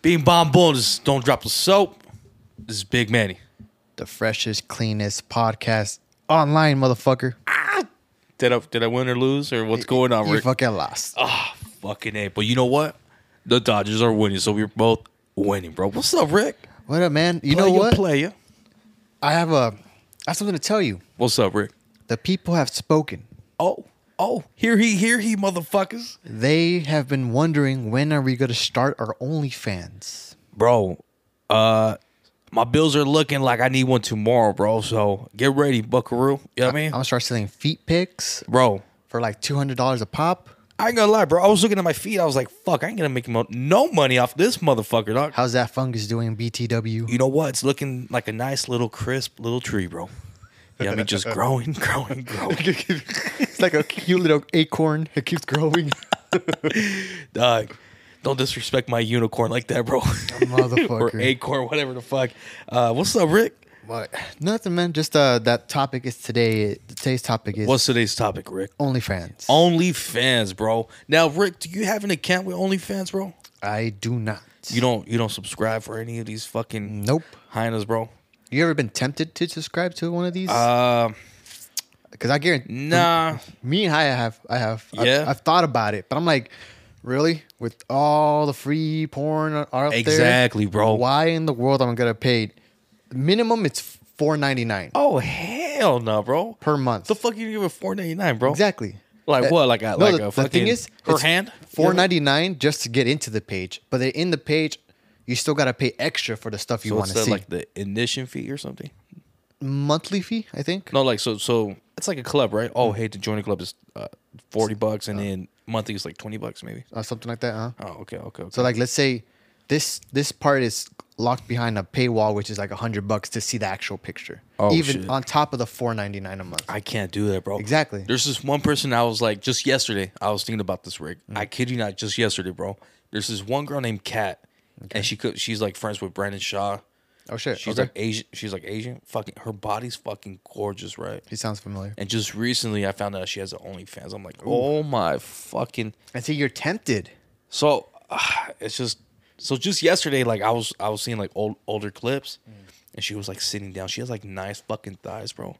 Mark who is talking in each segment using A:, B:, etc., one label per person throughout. A: Being bomb bonus, don't drop the soap. This is Big Manny.
B: The freshest, cleanest podcast online, motherfucker.
A: Did I did I win or lose or what's going on,
B: You
A: Rick?
B: fucking lost.
A: Ah, fucking A. But you know what? The Dodgers are winning, so we're both winning, bro. What's up, Rick?
B: What up, man? You know
A: Player,
B: what?
A: Player.
B: I have a. I have something to tell you.
A: What's up, Rick?
B: The people have spoken.
A: Oh, oh, here he, here he, motherfuckers.
B: They have been wondering when are we going to start our OnlyFans.
A: Bro, uh, my bills are looking like I need one tomorrow, bro. So get ready, buckaroo. You know what I
B: I'm
A: mean?
B: gonna start selling feet pics
A: Bro,
B: for like two hundred dollars a pop.
A: I ain't gonna lie, bro. I was looking at my feet. I was like, fuck, I ain't gonna make mo- no money off this motherfucker, dog.
B: How's that fungus doing, BTW?
A: you know what? It's looking like a nice little crisp little tree, bro. Yeah, I mean, just growing, growing, growing.
B: it's like a cute little acorn. It keeps growing.
A: Dog, don't disrespect my unicorn like that, bro. or
B: Motherfucker.
A: acorn, whatever the fuck. Uh, what's up, Rick?
B: What? Nothing, man. Just uh, that topic is today. Today's topic is
A: What's today's topic, Rick?
B: OnlyFans.
A: OnlyFans, bro. Now, Rick, do you have an account with OnlyFans, bro?
B: I do not.
A: You don't you don't subscribe for any of these fucking
B: Nope.
A: hyenas, bro.
B: You ever been tempted to subscribe to one of these?
A: Uh,
B: Because I guarantee
A: nah.
B: me and I have, I have, I've-
A: Yeah.
B: I've, thought about it, but I'm like, really? With all the free porn out there,
A: Exactly, bro.
B: Why in the world am I gonna pay? Minimum, it's four ninety nine
A: Oh hell no, bro.
B: per month.
A: the fuck you give a four ninety nine, bro?
B: exactly.
A: Like
B: Uh,
A: what? Like a
B: no,
A: like
B: the,
A: a
B: the
A: fucking
B: thing is,
A: her
B: it's
A: hand.
B: four ninety nine just to get into the page, but then in the page, you still gotta pay extra for the stuff you
A: So
B: want
A: what's
B: to
A: that
B: see.
A: like the admission fee or something?
B: Monthly fee, I think.
A: No, like so so it's like a club, right? Oh, hey, to join a club is uh, forty bucks, and then monthly is like twenty bucks, maybe.
B: or Uh, something like that. Huh?
A: uh. Oh, okay, okay, okay.
B: So like, let's say this this part is locked behind a paywall, which is like a hundred bucks to see the actual picture.
A: Oh,
B: even
A: shit.
B: on top of the four ninety nine a month.
A: I can't do that, bro.
B: Exactly.
A: There's this one person I was like, just yesterday, I was thinking about this, Rick. I kid you not, just yesterday, bro. There's this one girl named Kat, and she could, she's like friends with Brandon Shaw.
B: oh shit.
A: She's
B: okay.
A: like Asian. She's like Asian. Fucking, her body's fucking gorgeous, right?
B: he sounds familiar.
A: And just recently, I found out she has an OnlyFans. I'm like, oh my fucking.
B: I see you're tempted.
A: So ah, it's just so just yesterday, like I was I was seeing like old older clips, and she was like sitting down. She has like nice fucking thighs, bro.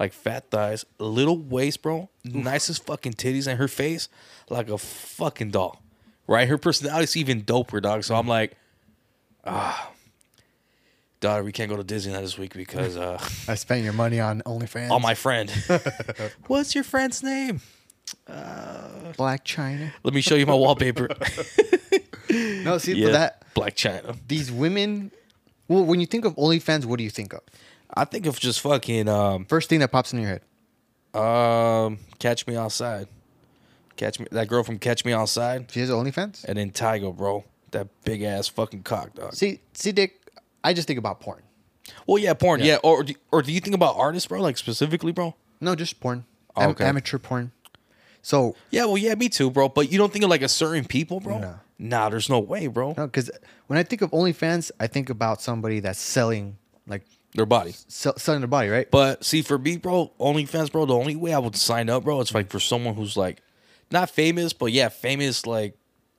A: Like fat thighs, little waist, bro. Nicest fucking titties, and her face like a fucking doll, right? Her personality's even doper, dog. So I'm like, ah, daughter, we can't go to Disneyland this week because uh,
B: I spent your money on OnlyFans.
A: on my friend. What's your friend's name?
B: Black China.
A: Let me show you my wallpaper.
B: No, see
A: yeah,
B: but that
A: Black China.
B: these women. Well, when you think of OnlyFans, what do you think of?
A: I think of just fucking um
B: First thing that pops in your head.
A: um catch me outside. Catch me that girl from Catch Me Outside
B: She has OnlyFans.
A: and then Tygo, bro. That big ass fucking cock dog.
B: See, see, Dick. I just think about porn.
A: Well, yeah, porn. Yeah, or do, or do you think about artists, bro? Like specifically, bro?
B: No, just porn.
A: Oh,
B: Am-
A: okay.
B: Amateur porn. So
A: Yeah, well, yeah, me too, bro. But you don't think of like a certain people, bro?
B: No.
A: Nah, there's no way, bro.
B: No, because when I think of OnlyFans, I think about somebody that's selling, like
A: Their body.
B: sell, selling their body, right?
A: But see, for me, bro, OnlyFans, bro, the only way I would sign up, bro, it's like for someone who's like not famous, but yeah, famous, like,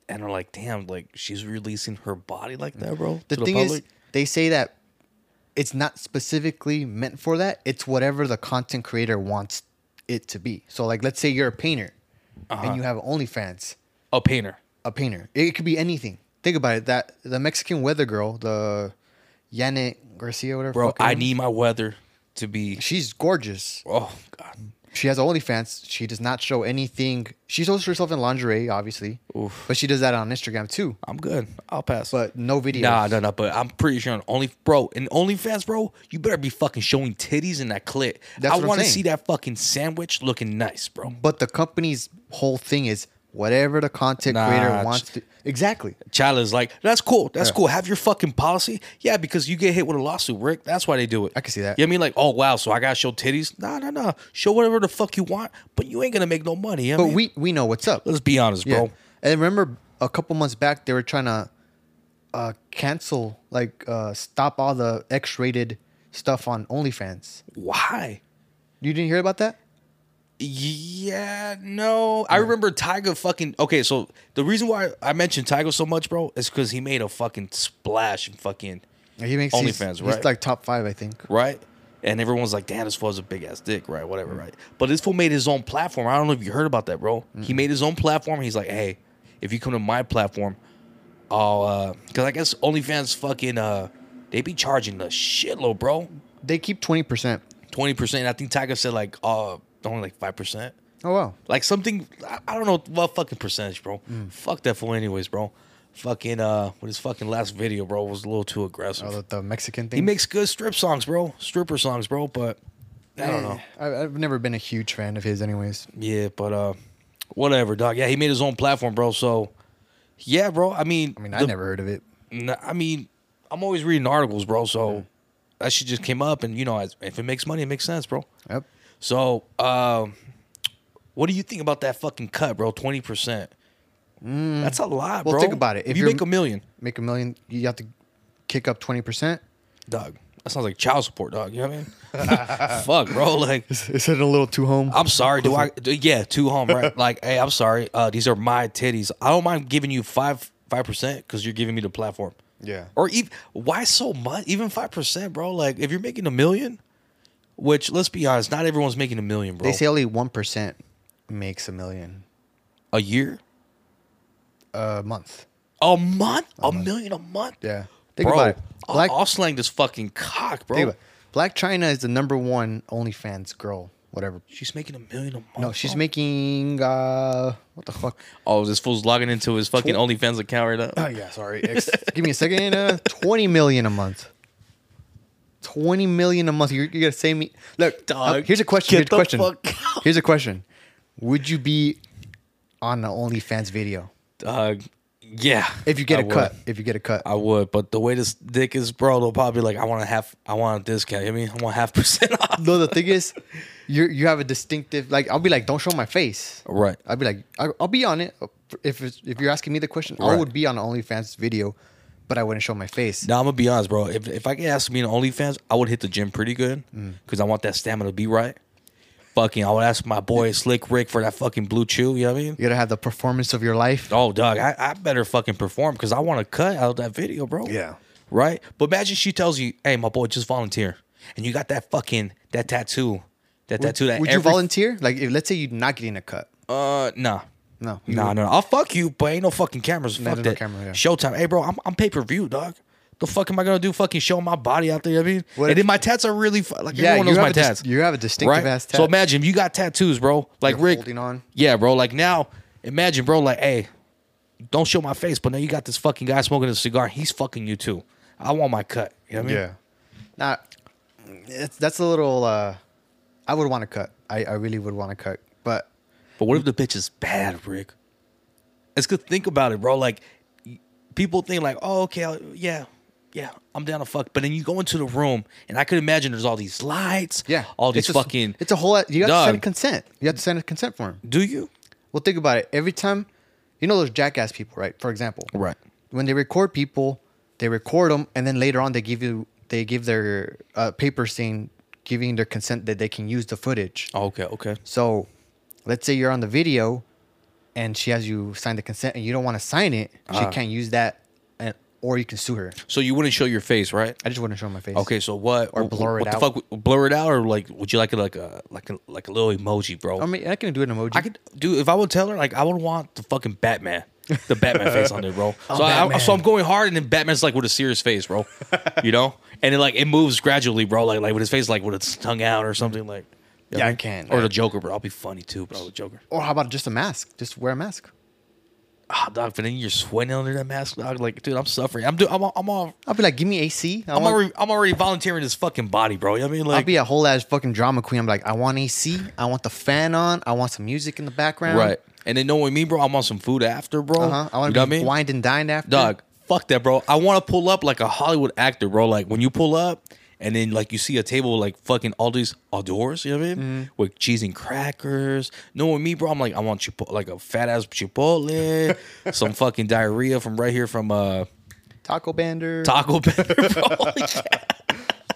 A: and I'm like, damn, like she's releasing her body like that, bro.
B: the
A: to
B: thing is,
A: public.
B: they say that it's not specifically meant for that. It's whatever the content creator wants it to be. So, like, let's say you're a painter
A: Uh-huh.
B: and you have OnlyFans,
A: a painter.
B: a painter. It could be anything. Think about it. That the Mexican weather girl, the Janet Garcia, whatever.
A: Bro,
B: fuck her
A: I
B: name is,
A: need my weather to be.
B: She's gorgeous.
A: Oh God,
B: She has OnlyFans. She does not show anything. She shows herself in lingerie, obviously, but she does that on Instagram too.
A: I'm good. I'll pass.
B: But no videos.
A: nah, nah, nah. But I'm pretty sure on only bro and OnlyFans, bro, you better be fucking showing titties in that clip.
B: That's
A: I
B: what I'm
A: want to
B: saying.
A: see that fucking sandwich looking nice, bro.
B: But the company's whole thing is whatever the content
A: Nah,
B: creator
A: it's-
B: wants to. Exactly.
A: Child is like, that's cool. That's cool. Have your fucking policy. Yeah, because you get hit with a lawsuit, Rick. That's why they do it.
B: I can see that.
A: You know what I mean? Like, oh, wow. So I got to show titties? Nah, nah, nah. Show whatever the fuck you want, but you ain't going to make no money. You know
B: But
A: what I mean?
B: we we know what's up.
A: Let's be honest,
B: Yeah.
A: bro.
B: And remember a couple months back they were trying to uh, cancel like uh, stop all the X-rated stuff on OnlyFans.
A: Why?
B: You didn't hear about that?
A: Yeah, no. I remember Tyga fucking okay. So the reason why I mentioned Tyga so much, bro, is because he made a fucking splash and fucking
B: He makes he's-
A: OnlyFans,
B: he's,
A: right?
B: like top five, I think.
A: right? And everyone's like, damn, this fool's a big ass dick, right? Whatever, right? But this fool made his own platform. I don't know if you heard about that, bro. He made his own platform. He's like, hey, if you come to my platform, I'll, uh, cause I guess OnlyFans fucking, uh, they be charging the shitload, bro.
B: They keep twenty percent.
A: 20%. I think Tiger said like, uh, only like 5%.
B: Oh wow.
A: Like something, I, I don't know what fucking percentage, bro.
B: Mm.
A: Fuck that fool, anyways, bro. Fucking, uh, with his fucking last video, bro, was a little too aggressive.
B: Oh, the, the Mexican thing.
A: He makes good strip songs, bro. Stripper songs, bro. But I don't know.
B: I, I've never been a huge fan of his, anyways.
A: Yeah, but uh, whatever, dog. Yeah, he made his own platform, bro. So yeah, bro. I mean,
B: I mean, I
A: the-
B: never heard of it.
A: n- I mean, I'm always reading articles, bro. So that shit just came up, and you know, as- if it makes money, it makes sense, bro.
B: Yep.
A: So um, what do you think about that fucking cut, bro? Twenty percent. That's a lot,
B: Mm. Well,
A: bro.
B: think about it.
A: If
B: If
A: you
B: you're-
A: make a million,
B: Make a million. You have to kick up twenty percent.
A: dog. That sounds like child support, dog. You know what I mean? Fuck, bro. Like,
B: Is it a little too home?
A: I'm sorry. Do I? do- yeah, two home, right? Like, hey, I'm sorry. Uh, these are my titties. I don't mind giving you five five percent because you're giving me the platform.
B: Yeah.
A: Or even why so much? Even five percent, bro. Like, if you're making a million, which let's be honest, not everyone's making a million, bro.
B: They say only one percent makes a million
A: a year,
B: a month.
A: a month, a, million a month.
B: Yeah. Think
A: bro,
B: about it.
A: I-
B: Black,
A: I'll slang this fucking cock, bro.
B: think about it. Black China is the number one OnlyFans girl. Whatever.
A: She's making a million a month.
B: No, she's
A: bro.
B: making uh what the fuck?
A: Oh, this fool's logging into his fucking OnlyFans account right now.
B: Oh yeah, sorry. Ex- give me a second. Uh, Twenty million a month. Twenty million a month. You're, you're gonna say me? Look,
A: Dog,
B: uh, here's a question.
A: get
B: Here's a
A: the
B: question.
A: fuck out.
B: Here's a question. Would you be on the OnlyFans video
A: Dog. Uh, Yeah.
B: if you get
A: I
B: a
A: would.
B: cut? If you get a cut,
A: I would, but the way this dick is, bro, they'll probably be like, I want a half, I want a discount. You know what I mean, I want half percent off.
B: no. The thing is, you you have a distinctive. Like I'll be like, don't show my face.
A: Right.
B: I'll be like, I, I'll be on it. If it's, if you're asking me the question, I
A: Right.
B: would be on the OnlyFans video, but I wouldn't show my face.
A: Now I'm gonna be honest, bro. If if I could ask me an OnlyFans, I would hit the gym pretty good
B: Mm.
A: because I want that stamina to be right. Fucking, I would ask my boy Slick Rick for that fucking blue chew. You know what I mean?
B: You gotta have the performance of your life.
A: Oh, dog, I, I better fucking perform because I want to cut out that video, bro.
B: Yeah.
A: Right? But imagine she tells you, hey, my boy, just volunteer. And you got that fucking, that tattoo. That tattoo that
B: Would you
A: every
B: volunteer? Like, if, let's say you're not getting a cut.
A: Uh, nah.
B: No.
A: Nah, no, no. I'll fuck you, but ain't no fucking cameras.
B: No,
A: Fuck
B: there's no
A: that.
B: camera, yeah.
A: Showtime. Hey, bro, I'm, I'm pay per view, dog. The fuck am I gonna do? Fucking showing my body out there? You know what I mean,
B: What if-
A: and then my tats are really fu- like
B: Yeah,
A: everyone
B: you
A: knows
B: have
A: my
B: a dis-
A: tats.
B: you have a distinctive ass
A: So
B: tat.
A: imagine if you got tattoos, bro. Like
B: You're
A: Rick,
B: holding on.
A: Yeah, bro. Like now, imagine, bro. Like, hey, don't show my face, but now you got this fucking guy smoking a cigar. He's fucking you too. I want my cut. You know what I mean?
B: Nah, it's, that's a little. uh I would want to cut. I, I really would want to cut. But
A: But what if the bitch is bad, Rick? It's good. Think about it, bro. Like y- people think, like, oh, okay, I'll- yeah, yeah, I'm down to fuck. But then you go into the room, and I could imagine there's all these lights,
B: yeah,
A: all these
B: it's a-
A: fucking.
B: It's a whole. lot- You have to send a
A: Dog.
B: consent. You have to send a consent form.
A: do you?
B: Well, think about it. Every time, you know those jackass people, right? For example,
A: Right.
B: When they record people, they record them, and then later on, they give you they give their uh, paper saying giving their consent that they can use the footage.
A: Oh, okay, okay.
B: So, let's say you're on the video, and she has you sign the consent, and you don't want to sign it. She can't use that, and, or you can sue her.
A: So you wouldn't show your face, right?
B: I just wouldn't show my face.
A: Okay, so what?
B: Or
A: wh-
B: blur it
A: what the
B: out.
A: fuck? would- Blur it out, or like, would you like it like a like a like a little emoji, bro?
B: I mean, I can do an emoji.
A: I could do if I would tell her like I would want the fucking Batman, the Batman face on there, bro. So I, I,
B: Batman.
A: so I'm going hard, and then Batman's like with a serious face, bro. You know, and it like it moves gradually, bro. Like like with his face like with its tongue out or something like. you know
B: Yeah,
A: what
B: I
A: mean?
B: can.
A: Or the Joker, bro. I'll be funny too, bro. The Joker.
B: or how about just a mask? Just wear a mask.
A: Ah, dog. But then you're sweating under that mask, dog. Like, dude, I'm suffering. I'm doing. I'm. all- I'm all.
B: I'll be like, give me AC. I
A: I'm
B: want-
A: already. I'm already volunteering this fucking body, bro. You know what I mean, like,
B: I'll be a whole ass fucking drama queen. I'm like, I want AC. I want the fan on. I want some music in the background.
A: right. And then knowing me, bro, I want some food after, bro.
B: Uh-huh. I want
A: You know
B: to
A: what
B: be
A: mean?
B: wined and dined after.
A: Dog, fuck that, bro. I want to pull up like a Hollywood actor, bro. Like when you pull up and then like you see a table with, like fucking all these adores, you know what I mean?
B: Mm-hmm.
A: With cheese and crackers. Knowing me, bro, I'm like, I want chipo- like a fat ass chipotle, some fucking diarrhea from right here from uh
B: Taco Bander.
A: Taco Bell,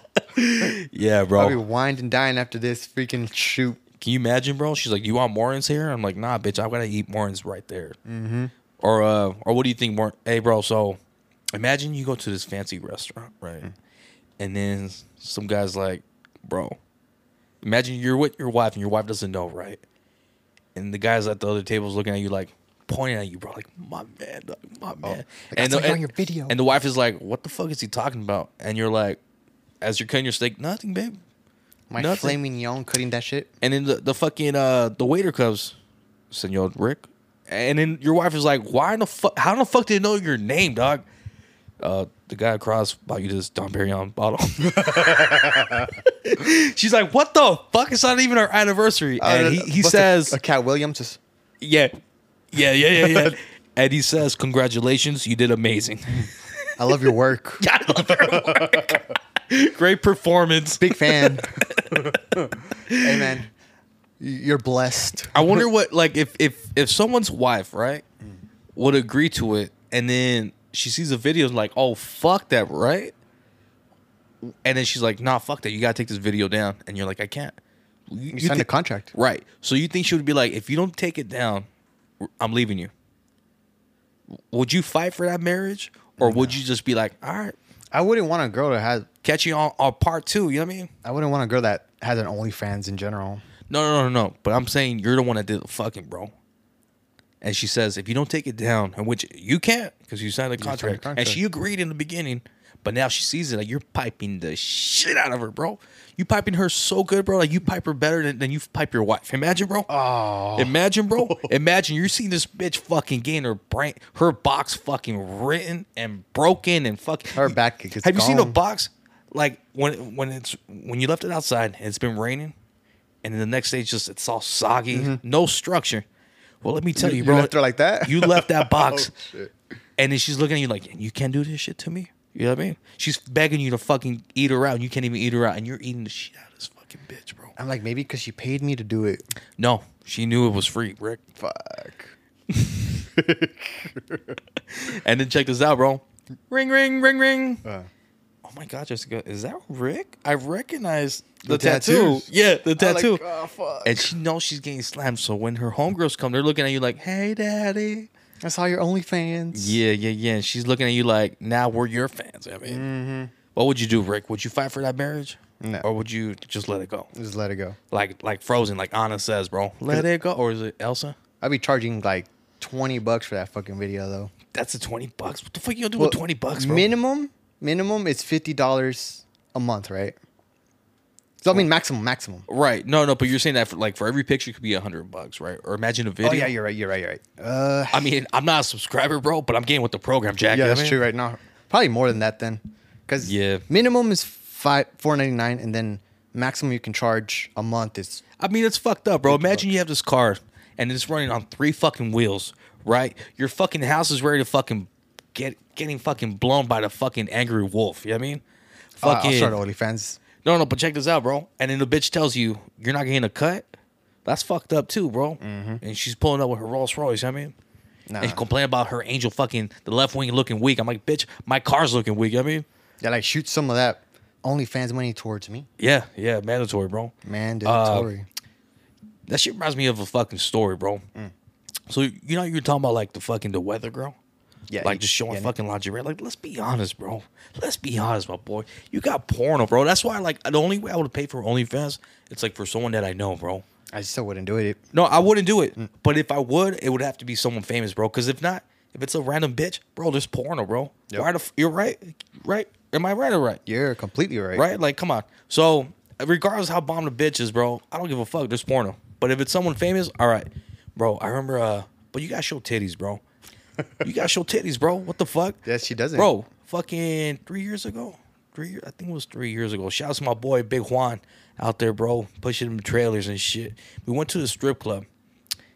A: bro. yeah. bro.
B: I'll be wined and dined after this freaking shoot.
A: Can you imagine, bro? She's like, "You want Morton's here?" I'm like, "Nah, bitch. I gotta eat Morton's right there."
B: Mm-hmm.
A: Or, uh, or what do you think, Morton? Hey, bro. So, imagine you go to this fancy restaurant, right?
B: Mm.
A: And then some guys like, "Bro, imagine you're with your wife and your wife doesn't know, right?" And the guys at the other tables looking at you like pointing at you, bro, like my man, dog, my man.
B: Oh, I saw you on your video.
A: and the wife is like, "What the fuck is he talking about?" And you're like, as you're cutting your steak, nothing, babe.
B: My
A: Nothing.
B: flaming yawn cutting that shit.
A: And then the, the fucking uh the waiter comes, Senor Rick. And then your wife is like, Why in the fuck how in the fuck did they know your name, dog? Uh the guy across bought you this Dom Perignon bottle. She's like, What the fuck? It's not even our anniversary. And
B: Uh,
A: he, he
B: what's a-
A: says
B: a Cat Williams is
A: Yeah. Yeah, yeah, yeah, yeah. and he says, Congratulations, you did amazing.
B: I love your work.
A: I love your work. Great performance.
B: Big fan. hey man, you're blessed.
A: I wonder what like if if if someone's wife right would agree to it, and then she sees a video and like, oh fuck that, right? And then she's like, nah, fuck that. You gotta take this video down, and you're like, I can't. You,
B: You,
A: you
B: signed
A: thi-
B: a contract.
A: right? So you think she would be like, if you don't take it down, I'm leaving you. Would you fight for that marriage, or would you just be like, all right,
B: I wouldn't want a girl to have.
A: catch you on, on part two? You know what I mean?
B: I wouldn't want a girl that has an OnlyFans in general.
A: No, no, no, no. But I'm saying you're the one that did the fucking, bro. And she says, if you don't take it down, and which you can't because you signed a
B: signed a
A: contract, and
B: contract.
A: she agreed in the beginning, but now she sees it like you're piping the shit out of her, bro. You piping her so good, bro. Like you pipe her better than, than you pipe your wife. Imagine, bro.
B: Oh,
A: Imagine, bro. Imagine you're seeing this bitch fucking getting her brain, her box fucking written and broken and fucking.
B: Her back gets
A: Have you seen a
B: gone.
A: box like when when it's when you left it outside and it's been raining, and then the next day it's just it's all soggy, no structure. Well, let me tell you,
B: Mm-hmm. you
A: bro.
B: left her like that? Oh,
A: You left that box, and then she's looking at you like, you can't do this shit to me. You know what I mean? She's begging you to fucking eat her out, and you can't even eat her out, and you're eating the shit out of this fucking bitch, bro.
B: I'm like maybe because she paid me to do it.
A: No, she knew it was free, Rick.
B: Fuck.
A: And then check this out, bro. Ring, ring, ring, ring.
B: Uh.
A: oh my God, Jessica, is that Rick? I recognize the,
B: The
A: tattoo.
B: tattoos.
A: Yeah, the tattoo.
B: Like, oh fuck.
A: and she knows she's getting slammed. So when her homegirls come, they're looking at you like, hey, daddy.
B: I saw your OnlyFans.
A: Yeah, yeah, yeah. And she's looking at you like, now we're your fans. I mean, what would you do, Rick? Would you fight for that marriage?
B: No.
A: Or would you just let it go?
B: Just let it go.
A: Like, like Frozen, like Anna says, bro. Let it go. Or is it Elsa?
B: I'd be charging like twenty bucks for that fucking video though.
A: That's a 20 bucks. What the fuck you gonna do
B: Well,
A: with 20 bucks, bro?
B: Minimum, minimum is fifty dollars a month, right? So I mean, maximum, maximum.
A: Right. No, no, but you're saying that for like for every picture it could be a hundred bucks, right? Or imagine a video.
B: Oh yeah, you're right. You're right. You're right. Uh,
A: I mean, I'm not a subscriber, bro, but I'm getting with the program, Jack.
B: yeah,
A: You know
B: that's
A: what I
B: true.
A: mean?
B: Right now, probably more than that then, because
A: Yeah.
B: minimum is five four ninety nine, and then maximum you can charge a month is
A: I mean, it's fucked up, bro. Imagine you have this car and it's running on three fucking wheels, right? Your fucking house is ready to fucking get getting fucking blown by the fucking angry wolf. You know what I mean?
B: uh, I'll
A: Fucking
B: start OnlyFans.
A: no, no. But check this out, bro. And then the bitch tells you you're not getting a cut. That's fucked up too, bro. And she's pulling up with her Rolls Royce. You know what I mean.
B: Mm-hmm. Nah.
A: And complain about her angel fucking the left wing looking weak. I'm like, bitch, my car's looking weak. You know what I mean,
B: Yeah, like shoot some of that OnlyFans money towards me,
A: yeah, yeah, mandatory, bro.
B: man. Dude,
A: Uh,
B: Tory.
A: That shit reminds me of a fucking story, bro.
B: Mm.
A: So you know you were talking about like the fucking the weather girl,
B: Yeah,
A: like
B: you-
A: just showing
B: yeah.
A: fucking lingerie. Like let's be honest, bro. Let's be honest, my boy. You got porno, bro. That's why like the only way I would pay for OnlyFans, it's like for someone that I know, bro.
B: I still wouldn't do it.
A: No, I wouldn't do it. But if I would, it would have to be someone famous, bro. Because if not, if it's a random bitch, bro, there's porno, bro.
B: Yep.
A: Why the f- you're right, right? Am I right or right?
B: You're completely right.
A: right? Like, come on. So, regardless how bomb the bitch is, bro, I don't give a fuck. There's porno. But if it's someone famous, all right, bro. I remember, uh, but you gotta show titties, bro. you gotta show titties, bro. What the fuck?
B: Yes, she doesn't.
A: bro. Fucking three years ago, three. year- I think it was three years ago. Shout out to my boy Big Juan out there, bro, pushing them trailers and shit. We went to the strip club.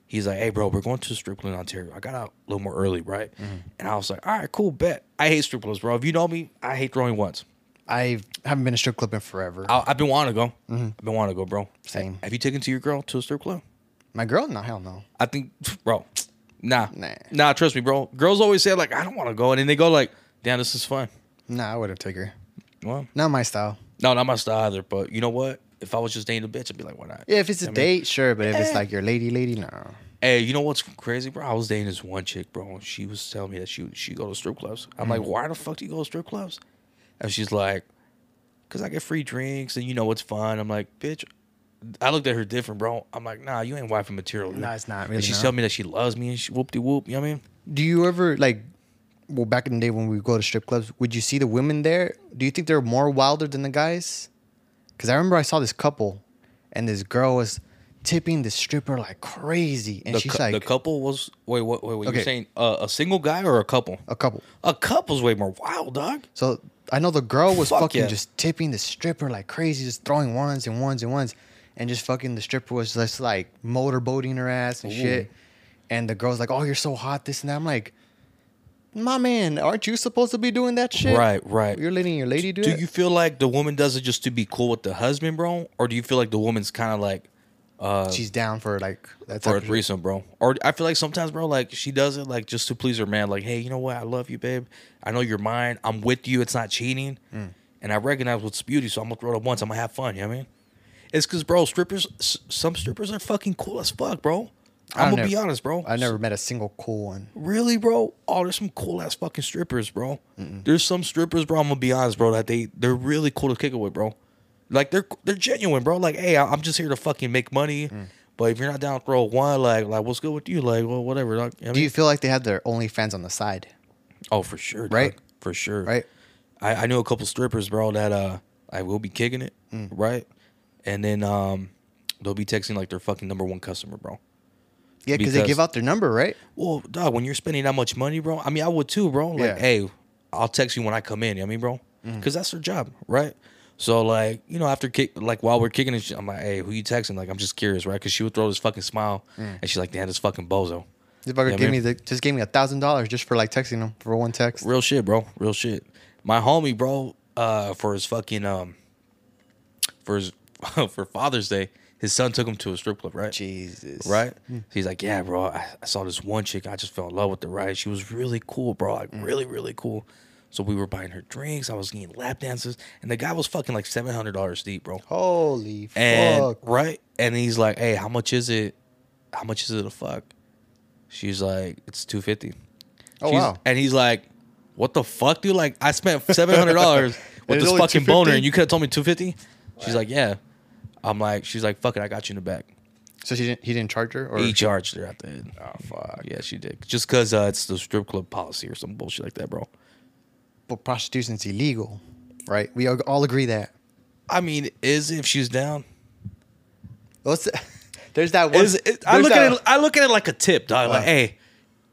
A: He's like, hey, bro, we're going to the strip club in Ontario. I got out a little more early, right? And I was like, all right, cool, bet. I hate strip clubs, bro. If you know me, I hate throwing ones.
B: I haven't been to strip club in forever.
A: I, I've been wanting to go. I've been wanting to go, bro.
B: Same.
A: Have you taken to your girl to a strip club?
B: My girl? No, hell no.
A: I think, bro. Nah,
B: Nah.
A: nah. Trust me, bro. Girls always say like, I don't want to go, and then they go like, damn, this is fun.
B: Nah, I would have took her.
A: Well,
B: Not my style.
A: no, not my style either. But you know what? if I was just dating a bitch, I'd be like, why not?
B: Yeah, if it's a
A: I mean,
B: date, sure, but if it's
A: eh.
B: like your lady, lady, no.
A: Hey, you know what's crazy, bro? I was dating this one chick, bro. and She was telling me that she she go to strip clubs. I'm
B: Mm.
A: like, why the fuck do you go to strip clubs? And she's like, cause I get free drinks and you know it's fun. I'm like, bitch. I looked at her different, bro. I'm like, nah, you ain't wife and material. dude."
B: No, it's not, really
A: And she's
B: not.
A: telling me that she loves me and she whoop de whoop. You know what I mean?
B: Do you ever like? Well, back in the day when we would go to strip clubs, would you see the women there? Do you think they're more wilder than the guys? Because I remember I saw this couple, and this girl was tipping the stripper like crazy, and
A: The,
B: she's
A: cou-
B: like
A: the couple was wait, what? Wait, wait.
B: Okay.
A: You're saying uh, a single guy or a couple?
B: a couple.
A: A couple's way more wild, dog.
B: So I know the girl was
A: Fuck
B: fucking
A: yeah.
B: just tipping the stripper like crazy, just throwing ones and ones and ones, and just fucking the stripper was just like motorboating her ass and shit. And the girl's like, "Oh, you're so hot," this and that. I'm like, "My man, aren't you supposed to be doing that shit?"
A: Right, right.
B: You're letting your lady do,
A: Do
B: it.
A: you feel like the woman does it just to be cool with the husband, bro? Or do you feel like the woman's kind of like
B: She's down for like that's
A: for a threesome, bro? Or I feel like sometimes, bro, like she does it like just to please her man. Like, hey, you know what? I love you, babe. I know you're mine. I'm with you. It's not cheating.
B: Mm.
A: And I recognize what's beauty, so I'm gonna throw it up once. I'm gonna have fun. You know what I mean? It's because, bro, strippers. s- Some strippers are fucking cool as fuck, bro. I'm gonna be honest, bro.
B: I never met a single cool one.
A: Really, bro? Oh, there's some cool ass fucking strippers, bro. There's some strippers, bro. I'm gonna be honest, bro. That they they're really cool to kick it with, bro. Like they're they're genuine, bro. Like, hey, I- I'm just here to fucking make money.
B: Mm.
A: But if you're not down to throw one, like like what's good with you? Like, well, whatever. Like, I
B: Do
A: mean-
B: you feel like they have their OnlyFans on the side?
A: Oh, for sure, dog.
B: Right?
A: For sure,
B: Right.
A: I, I knew a couple strippers, bro, that uh, I will be kicking it,
B: Mm.
A: right? And then um, they'll be texting like their fucking number one customer, bro.
B: Yeah, because they
A: Because-
B: give out their number, right?
A: Well, dog, when you're spending that much money, bro, I mean, I would too, bro. Like,
B: Yeah.
A: hey, I'll text you when I come in. You know what I mean, bro, because that's their job, right? So, like, you know, after kick, like while we're kicking, and shit, I'm like, hey, who you texting? Like, I'm just curious, right? Because she would throw this fucking smile, and she's like, damn, this fucking bozo.
B: This bugger
A: Yeah, man.
B: gave me the, just gave me a thousand dollars just for like texting them for one text.
A: Real shit, bro. Real shit. My homie, bro, uh, for his fucking um, for his for Father's Day, his son took him to a strip club, right?
B: Jesus.
A: right? He's like, yeah, bro. I, I saw this one chick. I just fell in love with her, right? She was really cool, bro. Like,
B: Mm.
A: really, really cool. So we were buying her drinks. I was getting lap dances, and the guy was fucking like seven hundred dollars deep, bro.
B: Holy
A: And
B: fuck.
A: right, and he's like, hey, how much is it? How much is it a fuck? She's like, it's two fifty.
B: Oh, wow.
A: And he's like, what the fuck, dude? Like, I spent seven hundred dollars with
B: it's
A: this
B: only
A: fucking boner,
B: 250?
A: and you could have told me two fifty. She's like, yeah. I'm like, she's like, fuck it, I got you in the back.
B: So she didn't, he didn't charge her, or
A: He charged her at the end.
B: oh fuck.
A: Yeah, she did. Just because uh, it's the strip club policy or some bullshit like that, bro.
B: But prostitution's illegal, right? We all- all agree that.
A: I mean, is if she's down.
B: What's the, there's that one.
A: Is it, I
B: there's
A: look
B: that-
A: at it. I look at it like a tip, dog.
B: Uh.
A: Like, hey,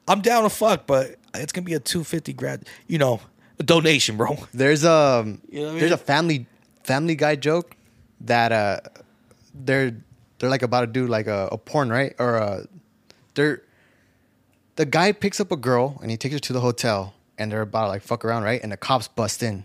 A: I'm down to fuck, but it's gonna be a two fifty grad. You know, a donation, bro.
B: There's um
A: You know what I
B: there's
A: mean?
B: a family Family Guy joke that uh they're they're like about to do like a, a porn right or uh they're the guy picks up a girl and he takes her to the hotel and they're about to like fuck around right and the cops bust in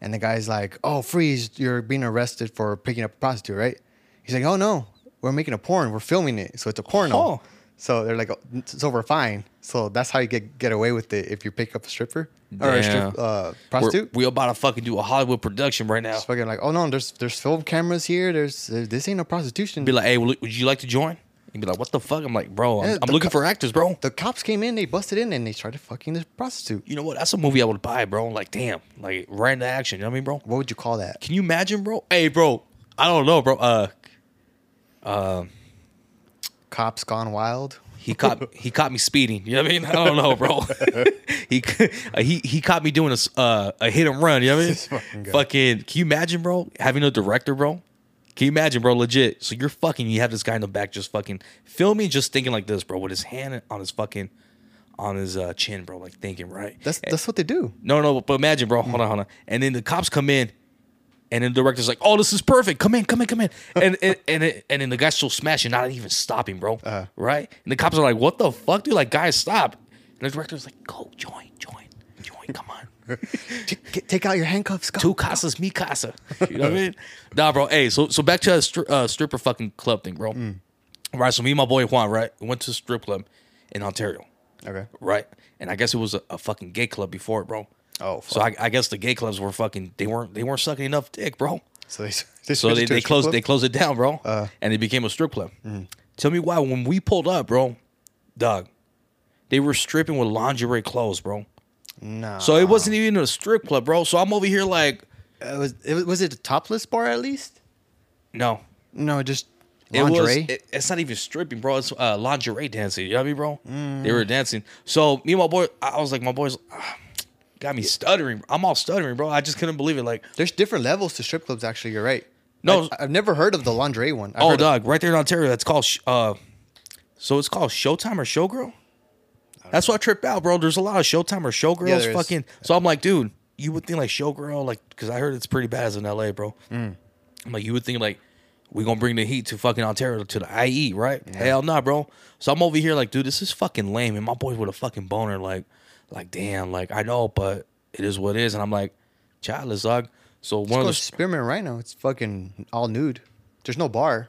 B: and the guy's like oh freeze you're being arrested for picking up a prostitute right he's like oh no we're making a porn we're filming it so it's a porno
A: Oh.
B: so they're like "Oh, so we're fine so that's how you get get away with it if you pick up a stripper or a
A: Damn.
B: strip, uh,
A: We're-
B: prostitute
A: we about to fucking do a Hollywood production right now.
B: it's fucking like, oh no, there's there's film cameras here. There's there- this ain't no prostitution.
A: Be like, hey, would would you like to join? And be like, what the fuck? I'm like, bro, I'm,
B: Yeah,
A: I'm
B: Eh, the
A: looking
B: co-
A: for actors, bro.
B: the cops came in, they busted in, and they started fucking this prostitute.
A: you know what? That's a movie I would buy, bro. Like, damn, like right into action. You know what I mean, bro?
B: What would you call that?
A: Can you imagine, bro? Hey, bro. I don't know, bro. Uh,
B: Cops gone wild.
A: He caught he caught me speeding. You know what I mean? I don't know, bro. he uh, he he caught me doing a s- uh, a hit and run. You know what I mean?
B: This fucking guy.
A: Fucking, can you imagine, bro? Having a director, bro. Can you imagine, bro? Legit. So you're fucking. You have this guy in the back just fucking filming, just thinking like this, bro, with his hand on his fucking on his uh, chin, bro, like thinking, right?
B: That's that's what they do.
A: no, no. But imagine, bro. Hold on, hold on. And then the cops come in. And then the director's like, "Oh, this is perfect. Come in, come in, come in." And and and, it, and then the guy's still smashing, not even stopping, bro.
B: Uh-huh.
A: Right? And the cops are like, "What the fuck, dude? Like, guys, stop!" And the director's like, "Go, join, join, join. Come on,
B: T- get- take out your handcuffs. Go.
A: two casas, mi casa." You know what I mean? Nah, bro. Hey, so so back to that stri- uh, stripper fucking club thing, bro. Right. So me and my boy Juan, right, we went to a strip club in Ontario,
B: Okay.
A: right? And I guess it was a, a fucking gay club before it, bro.
B: Oh,
A: So I, I guess the gay clubs were fucking. They weren't. They weren't sucking enough dick, bro.
B: So they they,
A: So
B: switched
A: they,
B: it to a
A: they
B: strip
A: closed
B: club?
A: they closed it down, bro,
B: Uh. Mm-hmm.
A: and it became a strip club. Tell me why when we pulled up, bro, dog, they were stripping with lingerie clothes, bro.
B: nah.
A: So it wasn't even a strip club, bro. So I'm over here like,
B: Uh, was it was- was it a topless bar at least?
A: no,
B: No, just
A: It was-
B: lingerie.
A: It it's not even stripping, bro. It's uh, lingerie dancing. You know what I mean, bro? They were dancing. So me and my boy, I I was like, my boys ah, got me stuttering. I'm all stuttering, bro. I just couldn't believe it. Like,
B: There's different levels to strip clubs. Actually, you're right.
A: No.
B: I, have never heard of the lingerie one. I've
A: oh,
B: heard of-
A: dog, right there in Ontario. That's called. Sh- Uh, so it's called Showtime or Showgirl. That's why I tripped out, bro. There's a lot of Showtime or Showgirls,
B: there is.
A: fucking. So I'm like, dude, you would think like Showgirl, like, because I heard it's pretty bad as in LA, bro.
B: Mm.
A: I'm like, you would think like we gonna bring the heat to fucking Ontario to the IE, right? Hell nah, bro. So I'm over here like, dude, this is fucking lame, and my boys with a fucking boner, like, like damn, like I know, but it is what it is, and I'm like, childless, dog. So one
B: Let's
A: of
B: go
A: the
B: to Spearmint Rhino. It's fucking all nude. There's no bar.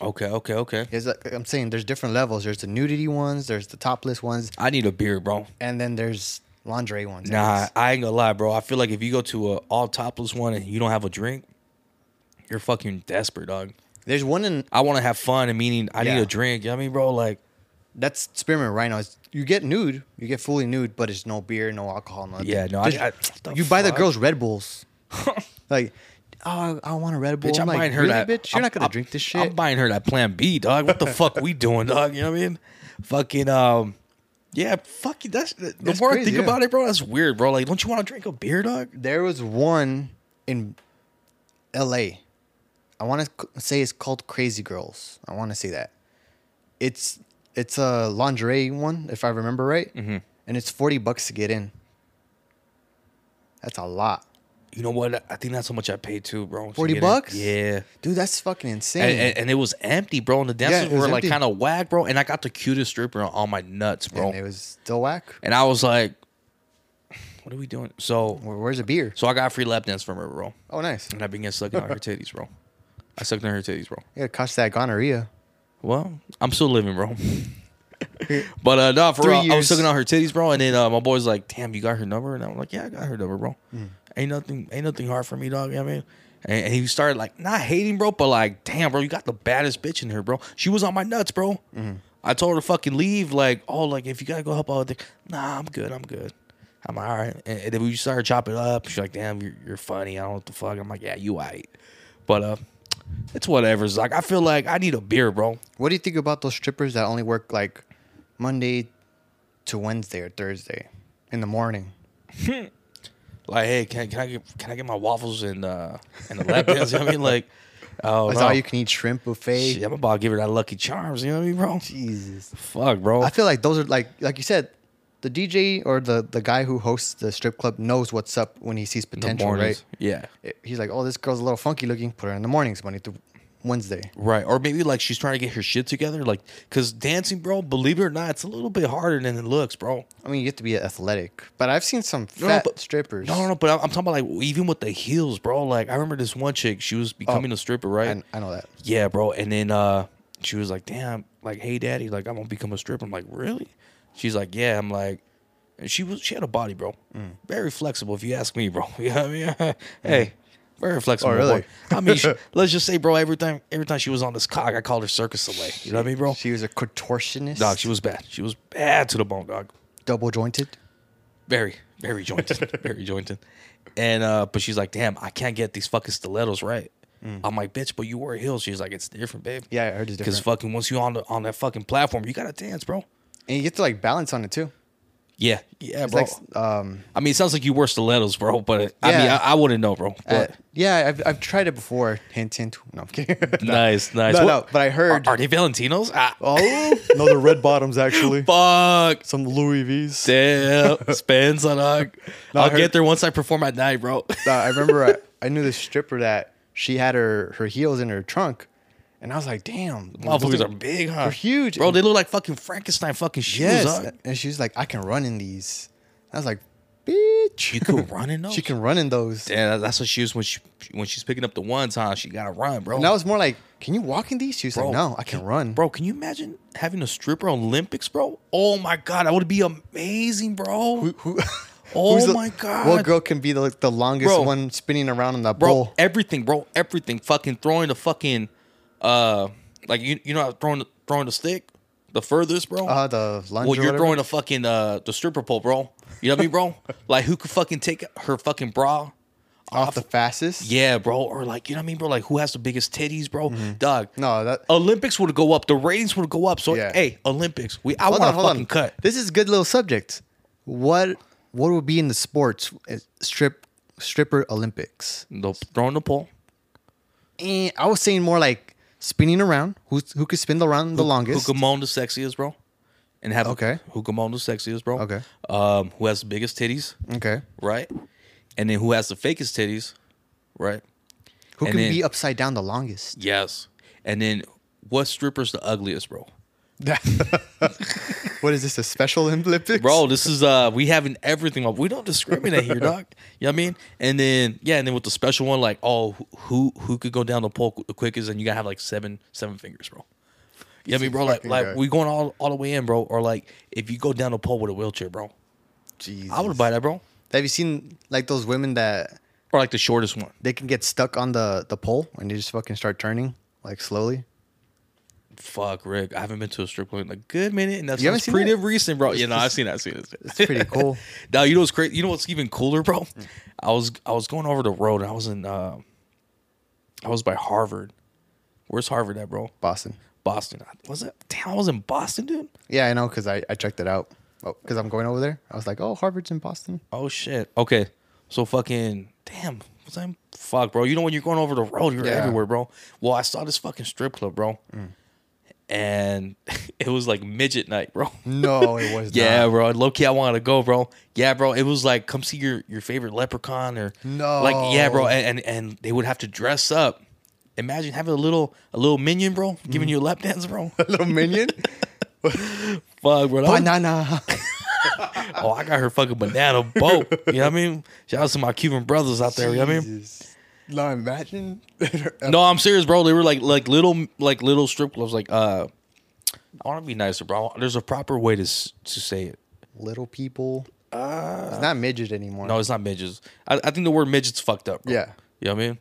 A: okay, okay, okay.
B: There's like, I'm saying there's different levels. There's the nudity ones. There's the topless ones,
A: I need a beer, bro.
B: and then there's lingerie ones. I
A: Nah,
B: guess.
A: I ain't gonna lie, bro. I feel like if you go to a all topless one and you don't have a drink, you're fucking desperate, dog.
B: There's one in
A: I want to have fun, and meaning I need
B: Yeah.
A: a drink. You know what I mean, bro? Like,
B: that's Spearmint Rhino. It's, you get nude. You get fully nude, but it's no beer, no alcohol, nothing.
A: Yeah, no, I-
B: There's-
A: I- what the
B: you buy the
A: fuck?
B: girls Red Bulls. like, oh, I, I want a Red Bull.
A: bitch, I'm,
B: like,
A: buying her
B: really,
A: that.
B: bitch. You're
A: I'm-
B: not gonna
A: I'm-
B: drink this shit.
A: I'm buying her that Plan B, dog. What the fuck we doing, dog? You know what I mean? Fucking um, yeah, fucking that's the
B: That's
A: more I
B: crazy,
A: think
B: yeah.
A: about it, bro. That's weird, bro. Like, don't you want to drink a beer, dog?
B: there was one in L.A. I want to say it's called Crazy Girls. I want to say that. It's it's a lingerie one, if I remember right, mm-hmm. and it's forty bucks to get in. That's a lot,
A: You know what? I think that's how much I paid too, bro. to
B: 40
A: get it.
B: bucks?
A: Yeah.
B: dude. That's fucking insane.
A: and, and, and it was empty, bro. And the
B: Mm. Yeah,
A: dancers
B: it was
A: were like
B: empty.
A: kind of whack, bro. And I got the cutest stripper on, on my nuts, bro.
B: And it was still whack.
A: And I was like, "What are we doing?" So,
B: Where- Where's the beer?
A: so I got free lap dance from her, bro.
B: Oh, nice.
A: And I began sucking on her titties, bro. I sucked on her titties, bro.
B: Yeah, cost that gonorrhea.
A: Well, I'm still living, bro. but uh, no, for
B: Three
A: real, I was
B: years.
A: sucking on her titties, bro. And then uh, my boy's like, "Damn, you got her number?" And I'm like, "Yeah, I got her number, bro.
B: Mm.
A: Ain't nothing, ain't nothing hard for me, dog. You know what I mean." And, and he started like not hating, bro, but like, "Damn, bro, you got the baddest bitch in here, bro. She was on my nuts, bro.
B: Mm-hmm.
A: I told her to fucking leave. Like, oh, like if you gotta go help out, with the- nah, I'm good, I'm good." I'm like, all right. And, and then we started chopping it up. She's like, "Damn, you're, you're funny. I don't know what the fuck." I'm like, "Yeah, you alright." But uh, it's whatever. It's like I feel like I need a beer, bro.
B: What do you think about those strippers that only work like Monday to Wednesday or Thursday in the morning?
A: like, hey, can, can I get can I get my waffles and uh and the lap dance? You know what I mean, like, oh
B: That's
A: no,
B: all you can eat shrimp buffet.
A: Shit, I'm about to give her that Lucky Charms. You know what I mean, bro?
B: Jesus.
A: Fuck, bro.
B: I feel like those are like like you said, the DJ or the the guy who hosts the strip club knows what's up when he sees
A: the
B: potential, right?
A: mornings, yeah,
B: It- He's like, oh, this girl's a little funky looking. Put her in the mornings, Monday to Wednesday.
A: right. Or maybe like she's trying to get her shit together, like, cause dancing, bro. Believe it or not, it's a little bit harder than it looks, bro.
B: I mean, you have to be athletic, but I've seen some
A: No,
B: fat
A: no, but-
B: strippers.
A: No, no, no. But I'm, I'm talking about like even with the heels, bro. Like I remember this one chick, she was becoming
B: Oh,
A: a stripper, right?
B: I, I know that.
A: Yeah, bro. And then uh she was like, "Damn, like, hey, daddy, like, I'm gonna become a stripper." I'm like, "Really?" She's like, "Yeah." I'm like, and she was she had a body, bro.
B: Mm.
A: Very flexible, if you ask me, bro. You know what I mean? hey, very flexible.
B: Oh, really?
A: boy. I mean, she, let's just say, bro. Every time, every time she was on this cock, I called her Circus Soleil. You know what I mean, bro?
B: She was a contortionist.
A: Dog, she was bad. She was bad to the bone, dog.
B: double jointed.
A: Very, very jointed, very jointed. And uh, but she's like, "Damn, I can't get these fucking stilettos right." I'm like, "Bitch, but you wear heels." She's like, "It's different, babe."
B: Mm. Yeah, I heard it's
A: Because
B: different.
A: fucking once you on the on that fucking platform, you gotta dance, bro.
B: and you get to like balance on it too.
A: Yeah, yeah,
B: It's
A: bro.
B: like um,
A: I mean, it sounds like you wear stilettos, bro. But I mean,
B: Yeah.
A: I, I wouldn't know, bro.
B: uh,
A: But
B: yeah, I've, I've tried it before. Hint, hint. No, I'm kidding.
A: nice, nice.
B: No,
A: What-
B: no, but I heard.
A: are, are they Valentinos? Ah,
B: oh no, the red bottoms actually.
A: fuck.
B: Some Louis V's.
A: Damn, spends on. Uh,
B: No, I
A: I'll
B: heard-
A: get there once I perform at night, bro.
B: Uh, I remember I, I knew this stripper that she had her her heels in her trunk, and I was like, damn,
A: Motherfuckers
B: those
A: are big, huh?
B: They're huge,
A: bro. They look like fucking Frankenstein fucking shoes.
B: yes.
A: huh?
B: And she was like, I can run in these. I was like, bitch,
A: you could run in those.
B: she can run in those.
A: Yeah, that- that's what she was when she when she's picking up the one time. She gotta run, bro.
B: And I was more like, can you walk in these? She was
A: Bro,
B: like, no, I can run.
A: Bro, can you imagine having a stripper Olympics, bro? Oh my god, that would be amazing, bro.
B: who, who
A: Oh
B: Who's the-
A: my God.
B: What girl can be the, like, the longest
A: Bro.
B: one spinning around in that
A: bro.
B: bowl?
A: Everything, bro. Everything. Fucking throwing the fucking, uh, like you you know how throwing the, throwing the stick, the furthest, bro.
B: Uh, the lunge.
A: well,
B: or
A: you're
B: whatever.
A: throwing a fucking uh the stripper pole, bro. You know what I mean, bro? like who could fucking take her fucking bra?
B: off the fastest.
A: Yeah, bro. Or like you know what I mean, bro. Like who has the biggest titties, bro?
B: Mm-hmm.
A: Dog.
B: No, that.
A: Olympics would go up. The ratings would go up. So
B: Yeah.
A: hey, Olympics. We I
B: hold
A: want
B: on,
A: a
B: hold
A: fucking
B: on.
A: cut.
B: This is good little subject. What what would be in the sports uh, strip stripper Olympics?
A: The, throwing the pole.
B: Eh, I was saying more like spinning around. Who who could spin around the longest?
A: Who can moan the sexiest, bro? And have
B: Okay.
A: Who can moan the sexiest, bro?
B: Okay.
A: Um, who has the biggest titties,
B: okay.
A: right? And then who has the fakest titties, right?
B: Who
A: And
B: can
A: then-
B: be upside down the longest?
A: Yes. And then what stripper's the ugliest, bro?
B: what is this? A special Olympics?
A: Bro, this is uh we having everything up. We don't discriminate here, doc. You know what I mean? And then yeah, and then with the special one, like oh who who could go down the pole qu- the quickest and you gotta have like seven seven fingers, bro. You know what I mean, bro? Like
B: Fucking
A: like
B: guy.
A: we going all all the way in, bro. Or like if you go down the pole with a wheelchair, bro.
B: Jesus.
A: I would buy that, bro.
B: Have you seen like those women that
A: Or like the shortest one.
B: they can get stuck on the the pole and they just fucking start turning like slowly?
A: Fuck, Rick. I haven't been to a strip club in a good minute, and that's
B: You haven't seen
A: pretty
B: that?
A: recent, bro. Yeah, no, I've seen that. I've seen it.
B: It's pretty cool.
A: Now you know what's crazy. You know what's even cooler, bro. I was I was going over the road. And I was in uh, I was by Harvard. Where's Harvard at, bro?
B: Boston.
A: Boston. I- Was it? Damn, I was in Boston, dude.
B: Yeah, I know because I, I checked it out. Oh, because I'm going over there. I was like, oh, Harvard's in Boston.
A: Oh shit. Okay. So fucking damn. Was I? in- Fuck, bro. You know when you're going over the road, you're
B: Yeah.
A: everywhere, bro. Well, I saw this fucking strip club, bro, and it was like midget night, bro.
B: No, it was
A: Yeah,
B: not.
A: bro. Low key, I wanted to go, bro. Yeah, bro. It was like, come see your, your favorite leprechaun or
B: No.
A: like yeah, bro. And, and and they would have to dress up. Imagine having a little a little minion, bro, giving you a lap dance, bro.
B: Little minion.
A: Fuck, bro. that was-
B: Banana.
A: oh, I got her fucking banana boat. You know what I mean? Shout out to my Cuban brothers out there. You know what I mean?
B: Jesus. No, imagine. uh,
A: No, I'm serious, bro. They were like like little like little strip clubs. Like uh, I want to be nicer, bro. There's a proper way to s- to say it.
B: Little people. it's not midget anymore.
A: No, it's not midgets. I, I think the word midgets fucked up. Bro.
B: Yeah.
A: You know what I mean?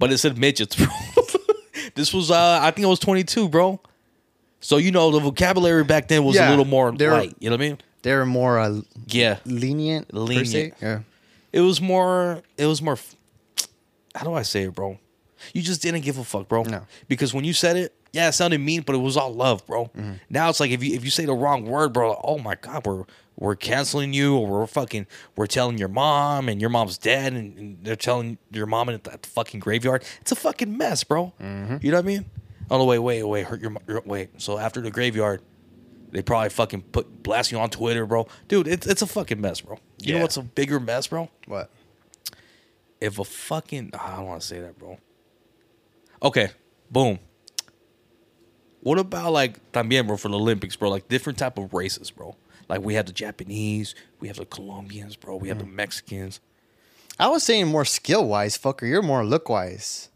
A: But it said midgets, bro. this was uh I think I was 22, bro. So you know the vocabulary back then was a
B: Yeah,
A: little more
B: they were-
A: light. You know what I mean?
B: They're more uh,
A: Yeah.
B: lenient. per se.
A: Lenient.
B: Yeah.
A: It was more. It was more. How do I say it, bro? You just didn't give a fuck, bro.
B: No.
A: Because when you said it, yeah, it sounded mean, but it was all love, bro.
B: Mm-hmm.
A: Now it's like if you if you say the wrong word, bro. Oh my god, we're we're canceling you, or we're fucking we're telling your mom, and your mom's dead, and, and they're telling your mom in that fucking graveyard. It's a fucking mess, bro.
B: Mm-hmm.
A: You know what I mean? Oh no, wait, wait, wait. Hurt your, mo- your wait. So after the graveyard, they probably fucking put blast you on Twitter, bro. Dude, it's it's a fucking mess, bro. You know
B: Yeah.
A: what's a bigger mess, bro?
B: What?
A: if a fucking ah, I don't want to say that, bro. Okay, boom. What about like también, bro, for the Olympics, bro? Like different type of races, bro. Like we have the Japanese, we have the Colombians, bro. We have
B: Mm.
A: the Mexicans.
B: I was saying more skill wise, fucker. You're more look wise.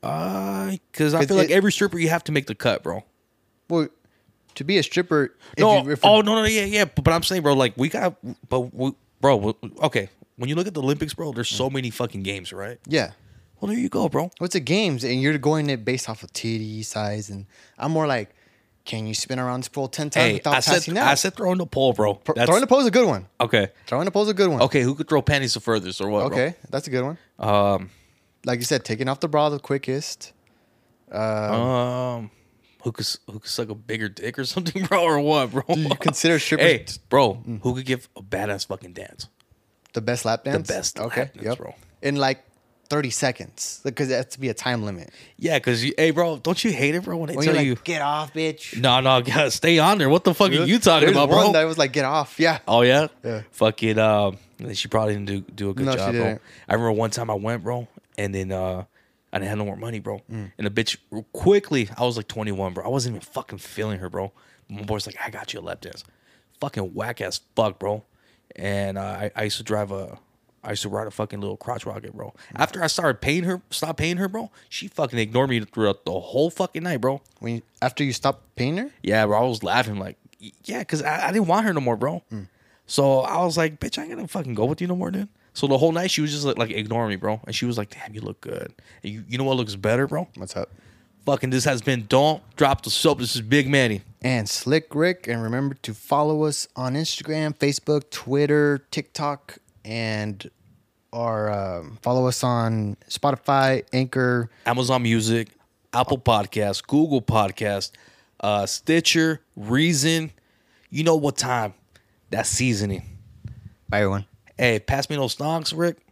A: Uh, cause I
B: Cause
A: feel like
B: it-
A: every stripper you have to make the cut, bro.
B: Well, to be a stripper. if
A: No,
B: you- if
A: oh
B: you-
A: no, no, yeah, yeah. But, but I'm saying, bro, like we got, but we, bro, we- okay. When you look at the Olympics, bro, there's
B: Mm.
A: so many fucking games, right?
B: Yeah.
A: Well, there you go, bro.
B: What's the games? And you're going it based off of titty size, and I'm more like, can you spin around this pole ten times
A: Hey,
B: without
A: I
B: passing
A: said,
B: out?
A: I said throwing the pole, bro.
B: Pro-
A: That's,
B: throwing the pole's a good one.
A: okay.
B: Throwing the pole's a good one.
A: Okay, who could throw panties the furthest or what?
B: Okay, that's a good one.
A: Bro? Um,
B: Like you said, taking off the bra the quickest.
A: um, who could s- who could suck a bigger dick or something, bro, or what, bro?
B: Do you consider strippers Mm.
A: hey, bro, who could give a badass fucking dance?
B: the best lap dance?
A: best lap dance, bro.
B: In like 30 seconds, because it has to be a time limit.
A: Yeah, cause you, hey, bro, don't you hate it, bro? When they
B: When
A: tell
B: you're like,
A: you,
B: get off, bitch.
A: no, no, gotta stay on there. What the fuck are you talking
B: There's
A: about,
B: one
A: bro?
B: that was like, get off. Yeah.
A: Oh yeah,
B: Yeah.
A: Fucking um, she probably didn't do do a good
B: No, she
A: job, bro.
B: didn't.
A: I remember one time I went, bro, and then uh, I didn't have no more money, bro.
B: Mm.
A: And the bitch quickly, I was like 21, bro. I wasn't even fucking feeling her, bro. My boy's like, I got you a lap dance, fucking whack ass fuck, bro. And uh, I I used to drive a. I used to ride a fucking little crotch rocket,
B: Mm.
A: bro. After I started paying her, stop paying her, bro. She fucking ignored me throughout the whole fucking night, bro.
B: When you, after you stop paying her?
A: Yeah, bro. I was laughing like, yeah, because I, I didn't want her no more, bro. So I was like, bitch, I ain't gonna fucking go with you no more, dude. So the whole night she was just like, like ignoring me, bro. And she was like, damn, you look good. And you, you know what looks better, bro?
B: What's up?
A: Fucking this has been don't drop the soap. This is Big Manny.
B: And Slick Rick, and remember to follow us on Instagram, Facebook, Twitter, TikTok, and or um, follow us on Spotify, Anchor.
A: Amazon Music, Apple Podcasts, Google Podcast, uh, Stitcher, Reason. You know what time? That's seasoning.
B: Bye, everyone.
A: Hey, pass me those stonks, Rick.